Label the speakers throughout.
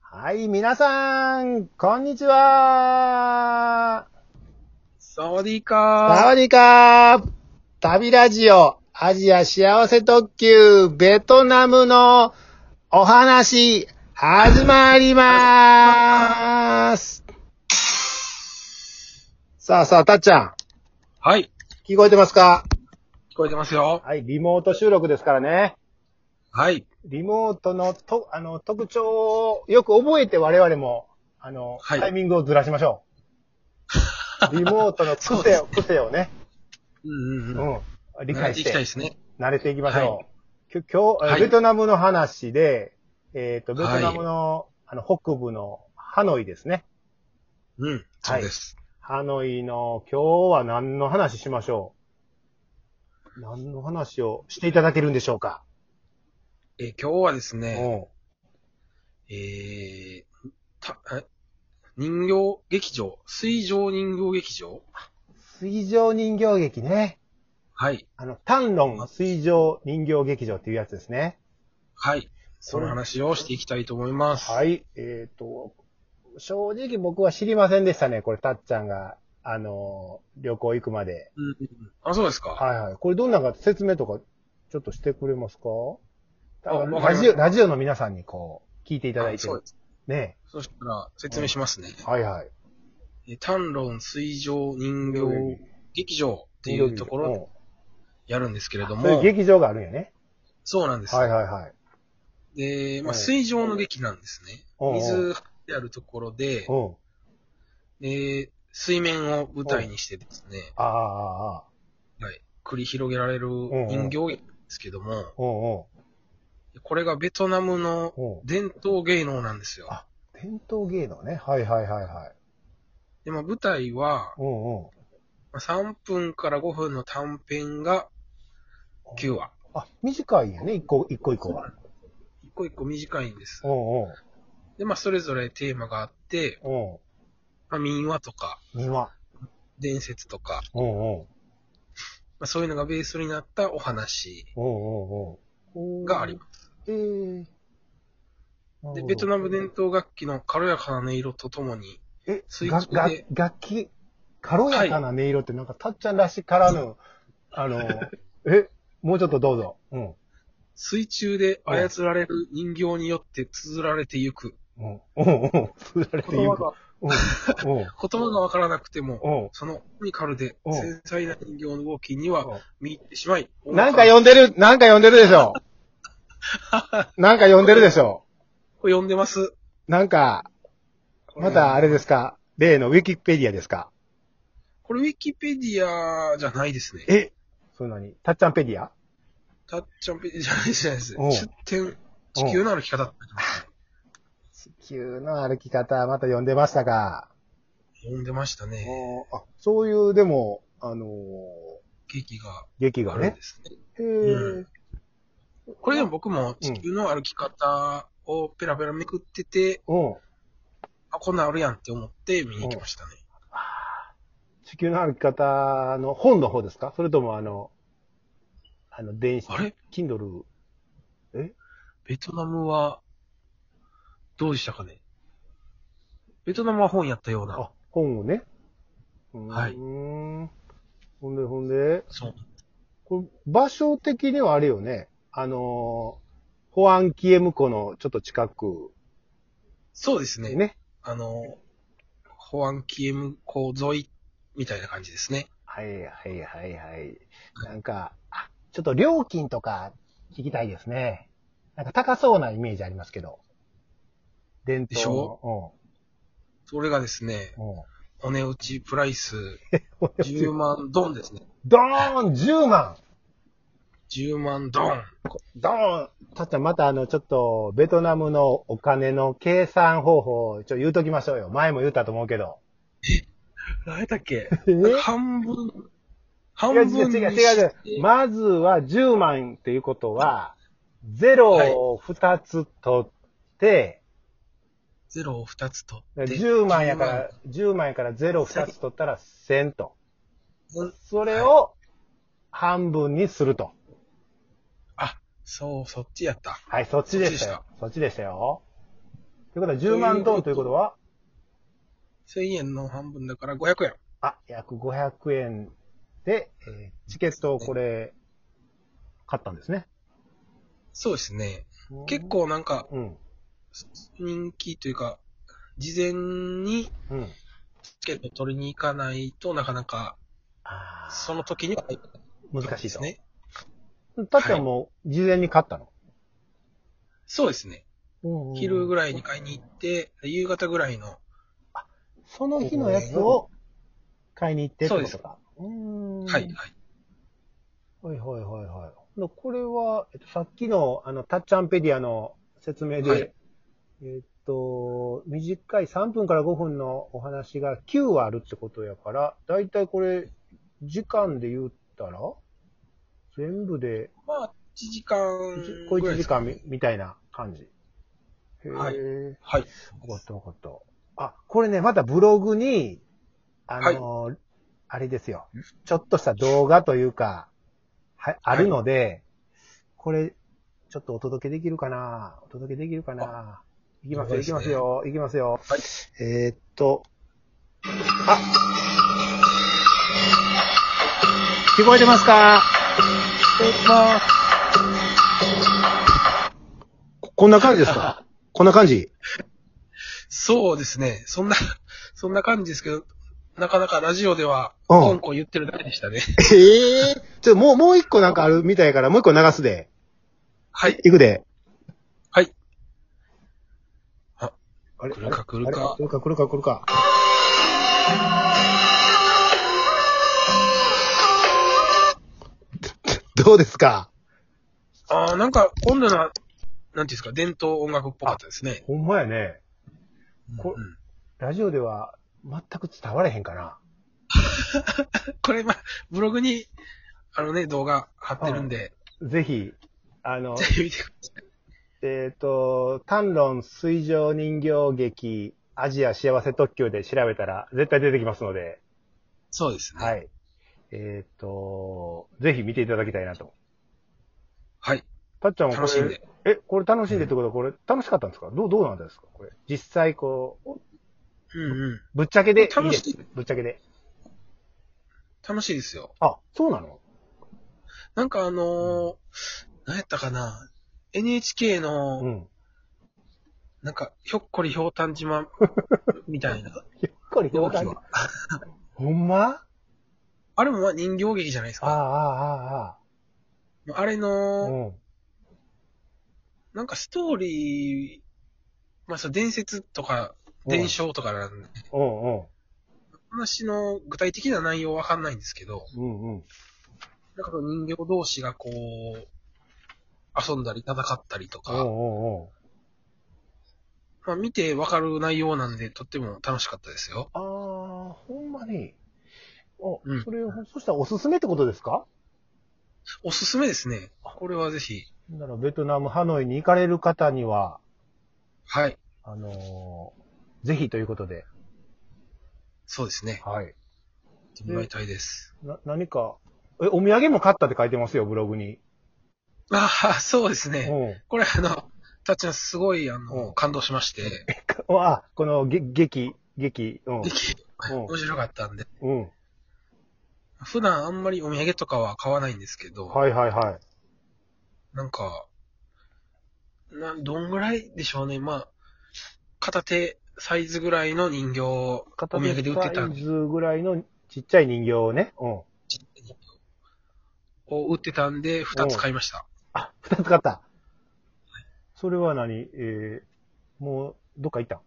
Speaker 1: はい、皆さん、こんにちは
Speaker 2: サワディー
Speaker 1: サワ
Speaker 2: カー。
Speaker 1: ディーカー旅ラジオ、アジア幸せ特急、ベトナムのお話、始まりまーすさあさあ、たっちゃん、
Speaker 2: はい。
Speaker 1: 聞こえてますか
Speaker 2: 聞こえてますよ。
Speaker 1: はい、リモート収録ですからね。
Speaker 2: はい。
Speaker 1: リモートのと、あの、特徴をよく覚えて我々も、あの、
Speaker 2: はい
Speaker 1: タイミングをずらしましょ う。リモートの
Speaker 2: そう
Speaker 1: 癖
Speaker 2: です
Speaker 1: を、癖をね、
Speaker 2: うんうん
Speaker 1: う
Speaker 2: うん。
Speaker 1: ん、理解し
Speaker 2: やっていきたいで
Speaker 1: て、
Speaker 2: すね。
Speaker 1: 慣れていきまし
Speaker 2: は
Speaker 1: ょう。きょ今日、え
Speaker 2: はい
Speaker 1: ベトナムの話で、えっ、と、ベトナム
Speaker 2: はい
Speaker 1: の、あの、北部のハノイですね。
Speaker 2: うん。そうです。
Speaker 1: ハノイの、今日は何の話しましょう何の話をしていただけるんでしょうか、
Speaker 2: えー今日はですね、
Speaker 1: うん。
Speaker 2: えーたえ人形劇場、水上人形劇場
Speaker 1: 水上人形劇ね。
Speaker 2: はい。
Speaker 1: あの、タンロン水上人形劇場っていうやつですね。
Speaker 2: はい。その話をしていきたいと思います。い。
Speaker 1: い。えっ、と、正直僕は知りませんでしたね。これ、たっちゃんが、あのー、旅行行くまで。
Speaker 2: うんうん、あ、そうですか。
Speaker 1: はいはい。これどんなのか説明とか、ちょっとしてくれますか
Speaker 2: あわかりました
Speaker 1: ラジオ、ラジオの皆さんにこう、聞いていただい
Speaker 2: あ
Speaker 1: て
Speaker 2: そう
Speaker 1: る
Speaker 2: で。す。
Speaker 1: ね
Speaker 2: そしたら説明しますね。
Speaker 1: はいはい。
Speaker 2: えータンロン水上人形劇場っていうところをやるんですけれど
Speaker 1: うん
Speaker 2: も、
Speaker 1: そういう劇場があるんやね。
Speaker 2: そうなんです。
Speaker 1: はいはいはい。
Speaker 2: で、ま
Speaker 1: うん
Speaker 2: あ、水上の劇なんですね。
Speaker 1: うん
Speaker 2: 水張ってあるところで
Speaker 1: う、ん。
Speaker 2: で、水面を舞台にしてですね、
Speaker 1: ああ、ああ、ああ。
Speaker 2: はい、繰り広げられる
Speaker 1: んうん
Speaker 2: 人形劇ですけども、
Speaker 1: うんうん。
Speaker 2: これがベトナムの
Speaker 1: うん
Speaker 2: 伝統芸能なんですよ
Speaker 1: あ。伝統芸能ね。はいはいはいはい。
Speaker 2: で、まあ、舞台は、
Speaker 1: うんうん。
Speaker 2: まあ3分から5分の短編が9話。
Speaker 1: あ、短いんやね、一個、一個一個は。
Speaker 2: 一個一個短いんです。
Speaker 1: うんうん。
Speaker 2: で、まあ、それぞれテーマがあって、
Speaker 1: うん。
Speaker 2: まあ、民話とか、
Speaker 1: 二話。
Speaker 2: 伝説とか、
Speaker 1: うんうん。
Speaker 2: まあ、そういうのがベースになったお話
Speaker 1: うんうんうん。
Speaker 2: があります。
Speaker 1: えーなるほど
Speaker 2: で、ベトナム伝統楽器の軽やかな音色とともに、
Speaker 1: え、
Speaker 2: 水
Speaker 1: が
Speaker 2: 中
Speaker 1: が
Speaker 2: で
Speaker 1: 楽器、軽やかな音色ってなんか、たっちゃんらしからぬ、あの、え、もうちょっとどうぞ。うん。
Speaker 2: 水中で操られる人形によって綴られてゆく。
Speaker 1: うん。うんうん。つられて
Speaker 2: 言
Speaker 1: ゆ
Speaker 2: 葉
Speaker 1: く。
Speaker 2: が、
Speaker 1: うん。うん。
Speaker 2: 言葉がわからなくても、
Speaker 1: うん
Speaker 2: そのミカルで
Speaker 1: うん
Speaker 2: 繊細な人形の動きに
Speaker 1: うん
Speaker 2: は見入ってしまい、
Speaker 1: なんか呼んでる、なんか呼んでるでしょ。なんか呼んでるでしょ。
Speaker 2: これ呼んでます。
Speaker 1: なんか、またあ
Speaker 2: れ。
Speaker 1: れですか例のウィキペディアですか
Speaker 2: これウィキペディアじゃないですね。
Speaker 1: えそうなにたっちゃんペディア
Speaker 2: タッチャンペディアじゃないですじゃないです。
Speaker 1: うん
Speaker 2: 出展、地球の歩き方って書いてますね
Speaker 1: 地球の歩き方、また読んでましたか、
Speaker 2: 呼んでましたね。
Speaker 1: あそういう、でも、あのー
Speaker 2: 劇が
Speaker 1: 劇
Speaker 2: あ
Speaker 1: が
Speaker 2: るん
Speaker 1: ね
Speaker 2: で。すね。
Speaker 1: へ
Speaker 2: う
Speaker 1: え
Speaker 2: ん。これでも僕も地球の歩き方をペラペラめくってて、
Speaker 1: うん。
Speaker 2: あ、こんなんあるやんって思って見に行きましたね。
Speaker 1: 地球の歩き方の本の方ですかそれともあの、あの、電子、
Speaker 2: あれ
Speaker 1: Kindle。
Speaker 2: ベトナムは、どうでしたかねベトナムは本やったような。
Speaker 1: あ、本をね。
Speaker 2: はいう
Speaker 1: ーん。ほんで、ほんで、
Speaker 2: そう。
Speaker 1: これ場所的にはあれよね。あのー、ホアンキエム湖のちょっと近く
Speaker 2: そうですね。
Speaker 1: にね。
Speaker 2: あの、ホアンキエム港沿いみたいな感じですね。
Speaker 1: はいはいはいはい。なんか、あ、ちょっと料金とか聞きたいですね。なんか高そうなイメージありますけど。伝
Speaker 2: でし
Speaker 1: 統
Speaker 2: それがですね、
Speaker 1: の。うん。うん。
Speaker 2: お値打ちプライス10万ドンですね。
Speaker 1: ドーン !10 万
Speaker 2: 10万ドン。
Speaker 1: ドーンたっちゃん、またあの、ちょっと、ベトナムのお金の計算方法を、ちょ、言うときましょうよ。前も言ったと思うけど。
Speaker 2: 何だっけ
Speaker 1: え
Speaker 2: 半分、半
Speaker 1: 違う
Speaker 2: 分
Speaker 1: 違う
Speaker 2: に
Speaker 1: 違う
Speaker 2: して
Speaker 1: 違う違う。まずは10万っていうことは、ゼロを2つ取って、
Speaker 2: ゼロを2つ取って。
Speaker 1: 10万やから、10万やからゼロ2つ取ったら1000と。
Speaker 2: 10万。
Speaker 1: それを半分にすると。
Speaker 2: あ、そう、そっちやった。
Speaker 1: はい、そっちでした
Speaker 2: そっちで
Speaker 1: よ。そっちでしたよ。ということは10万ドンということは、
Speaker 2: 1000円の半分だから500円。
Speaker 1: あ、約500円で、えーチケットをこれ、買ったんですね。
Speaker 2: そうですね。結。構なんか、
Speaker 1: うん。
Speaker 2: 人気というか、事前に
Speaker 1: うん。
Speaker 2: チケット取りに行かないとなかなか、
Speaker 1: あ
Speaker 2: その時には入らない
Speaker 1: ー難しい
Speaker 2: です
Speaker 1: と。
Speaker 2: ね。
Speaker 1: たっちゃんも事前に買ったの、
Speaker 2: そうですね。昼ぐらいに買いに行って、夕方ぐらいの、
Speaker 1: その日のやつを買いに行ってってこ
Speaker 2: そ
Speaker 1: とか。うーん
Speaker 2: はい、。はい。
Speaker 1: はいはいはいはい。でこれは、えっと、さっきの、あの、タッチャンペディアの説明で、
Speaker 2: はい
Speaker 1: えっと、短い3分から5分のお話が9あるってことやから、だいたいこれ、時間で言ったら、全部で、
Speaker 2: まあ、1時間
Speaker 1: 小
Speaker 2: ぐら
Speaker 1: 1
Speaker 2: いで
Speaker 1: 時
Speaker 2: すか
Speaker 1: 間
Speaker 2: ね、
Speaker 1: みみたいな感じ。へえ。
Speaker 2: はい
Speaker 1: ー。
Speaker 2: はい。
Speaker 1: わかったわかった。あ、これね、またブログに、あの、あれですよ。ちょっとした動画というか、は、あるので、これ、ちょっとお届けできるかなお届けできるかないきますよ、いきますよ、いきますよ。
Speaker 2: はい
Speaker 1: えーっと、あ聞こえてますか
Speaker 2: まあ、
Speaker 1: ここんな感じです かこんな感じ
Speaker 2: そうですね。そんな、 そんな感じですけど、なかなかラジオでは、
Speaker 1: うん
Speaker 2: コンコン言ってるだけでしたね。
Speaker 1: ええちょ、もう、もう一個なんかあるみたいやから、もう一個流すで。
Speaker 2: はい。
Speaker 1: いくで。
Speaker 2: はい。あ、
Speaker 1: あれ
Speaker 2: 来るか来るか
Speaker 1: あれ来るか来るか来るか。 どうですか
Speaker 2: ああ、なんか、今度のは、なんていうんですか、伝統音楽っぽかったですね。
Speaker 1: ほんまやね。こ
Speaker 2: うんうん
Speaker 1: ラジオでは全く伝われへんかな。
Speaker 2: これ、まあ、ブログに、あのね、動画貼ってるんで、
Speaker 1: ぜひ、あの
Speaker 2: ぜ、ひ見てください。
Speaker 1: えっ、と、単論水上人形劇アジア幸せ特急で調べたら絶対出てきますので、
Speaker 2: そうですね。
Speaker 1: はい。えっ、と、ぜひ見ていただきたいなと。
Speaker 2: はい。
Speaker 1: たっちゃんもこ
Speaker 2: 楽しん
Speaker 1: れ
Speaker 2: で、。
Speaker 1: え、これ楽しんでってことは、これ楽しかったんですかどう、どうなんですかこれ。実際こう、
Speaker 2: うんうん。
Speaker 1: ぶっちゃけでいいです。
Speaker 2: 楽しい
Speaker 1: ぶっちゃけで。
Speaker 2: 楽しいですよ。
Speaker 1: あ、そうなの
Speaker 2: なんかあのー、何やったかな。NHK の、
Speaker 1: うん。
Speaker 2: なんか、ひょっこりひょうた ん島、みたいな
Speaker 1: ゆっくり
Speaker 2: 動きは。
Speaker 1: ほんま
Speaker 2: あれもまあ人形劇じゃないです
Speaker 1: ああ、あ
Speaker 2: か。
Speaker 1: あ、あ
Speaker 2: あれ
Speaker 1: あ。
Speaker 2: の、
Speaker 1: うん。
Speaker 2: なんかストーリー、まあそう、伝説とか、
Speaker 1: うん
Speaker 2: 伝承とかなんで、
Speaker 1: うんうん。
Speaker 2: 話の具体的な内容わかんないんですけど、
Speaker 1: うんうん。
Speaker 2: なんかこう人形同士がこう、遊んだり戦ったりと
Speaker 1: うんう
Speaker 2: か、
Speaker 1: んうん。
Speaker 2: まあ見てわかる内容なんで、とっても楽しかったですよ。
Speaker 1: ああ、ほんまに。お、
Speaker 2: うん
Speaker 1: それを、そしたらおすすめってことですか
Speaker 2: おすすめですね。これはぜひ。
Speaker 1: ならベトナム、ハノイに行かれる方には、
Speaker 2: はい。
Speaker 1: あのーぜひということで。
Speaker 2: そうですね。
Speaker 1: はい。
Speaker 2: 行ってもらいたいです。
Speaker 1: な、何か、え、お土産も買ったって書いてますよ、ブログに。
Speaker 2: ああ、そうです
Speaker 1: う
Speaker 2: ね。
Speaker 1: ん。
Speaker 2: これあの、たっちゃんすごいあ
Speaker 1: うん
Speaker 2: の、感動しまして、
Speaker 1: あ、この、げ、劇、劇、 うん。うん
Speaker 2: 面白かったんで、
Speaker 1: うん。
Speaker 2: 普段あんまりお土産とかは買わないんですけど、
Speaker 1: はいはいはい。
Speaker 2: なんか、な、どんぐらいでしょうね。まあ、片手サイズぐらいの人形をお土
Speaker 1: 片
Speaker 2: 産
Speaker 1: 手
Speaker 2: で売ってた
Speaker 1: サ
Speaker 2: ん
Speaker 1: イ
Speaker 2: で、
Speaker 1: ズぐらいのちっちゃい人形をね。うん。
Speaker 2: を売ってたんで、二つ買いました。
Speaker 1: あ、二つ買った。それは何えー、もう、どっか行ったん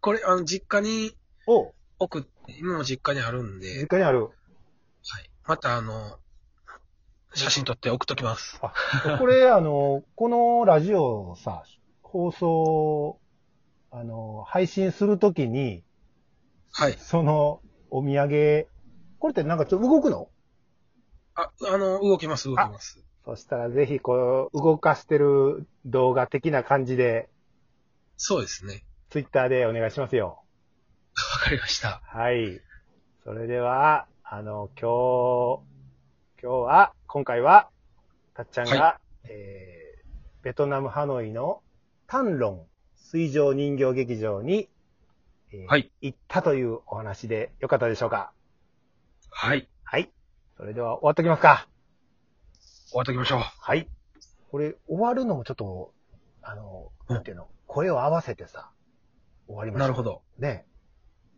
Speaker 2: これ、あの、実家に
Speaker 1: お
Speaker 2: 送って、今も実家にあるんで
Speaker 1: 実、家にあ る。
Speaker 2: はい。またあの、写真撮って送っときます。
Speaker 1: これ、あの、このラジオさ、放送、あの、配信するときに、
Speaker 2: はい。
Speaker 1: その、お土産、これってなんかちょっと動くの
Speaker 2: あ、あの、動きます、動きます。
Speaker 1: そしたらぜひ、こう、動かしてる動画的な感じで、
Speaker 2: そうですね。
Speaker 1: ツイッターでお願いしますよ。
Speaker 2: わかりました。
Speaker 1: はい。それでは、あの、今日、今日は、今回は、たっちゃんが、えー、ベトナムハノイのタンロン水上人形劇場に、えー
Speaker 2: はい
Speaker 1: 行ったというお話でよかったでしょうか
Speaker 2: はい。
Speaker 1: はい。それでは終わっときますか。
Speaker 2: 終わっときましょう。
Speaker 1: はい。これ、終わるのもちょっと、あの、
Speaker 2: うん
Speaker 1: なんていうの、声を合わせてさ、終わりましょう。
Speaker 2: なるほど。
Speaker 1: ね。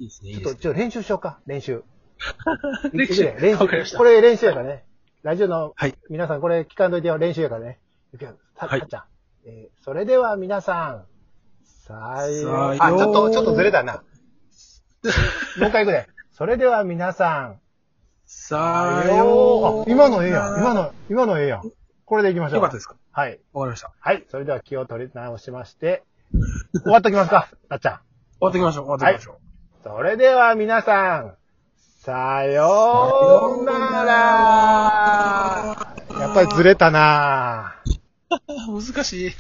Speaker 2: いいですね、い
Speaker 1: ちょっ
Speaker 2: いで
Speaker 1: と、
Speaker 2: すね。
Speaker 1: ちょっと練習しようか、練習。
Speaker 2: 練習
Speaker 1: いくで練
Speaker 2: わかりま
Speaker 1: 習。
Speaker 2: した
Speaker 1: これ練習やからね。ラジオの、
Speaker 2: はい
Speaker 1: 皆さんこれ聞かんといてよ、練習やからね。いくよ、た、
Speaker 2: はい
Speaker 1: たっちゃん。えーそれでは皆さん、さよう
Speaker 2: さ
Speaker 1: た
Speaker 2: よう
Speaker 1: な。もう一回いくで。それでは皆さん、
Speaker 2: さ
Speaker 1: あ今のええやん。今の、今のええやん。これでいきましょう。
Speaker 2: よかったですか
Speaker 1: はい。
Speaker 2: わかりました。
Speaker 1: は
Speaker 2: 終
Speaker 1: い。それでは気を取り直しまして、終わっときます か、たっちゃん。
Speaker 2: わってきましょう。終わってきましょう。
Speaker 1: それでは皆さん、さようならやっぱりずれたなぁ。
Speaker 2: あ難しい。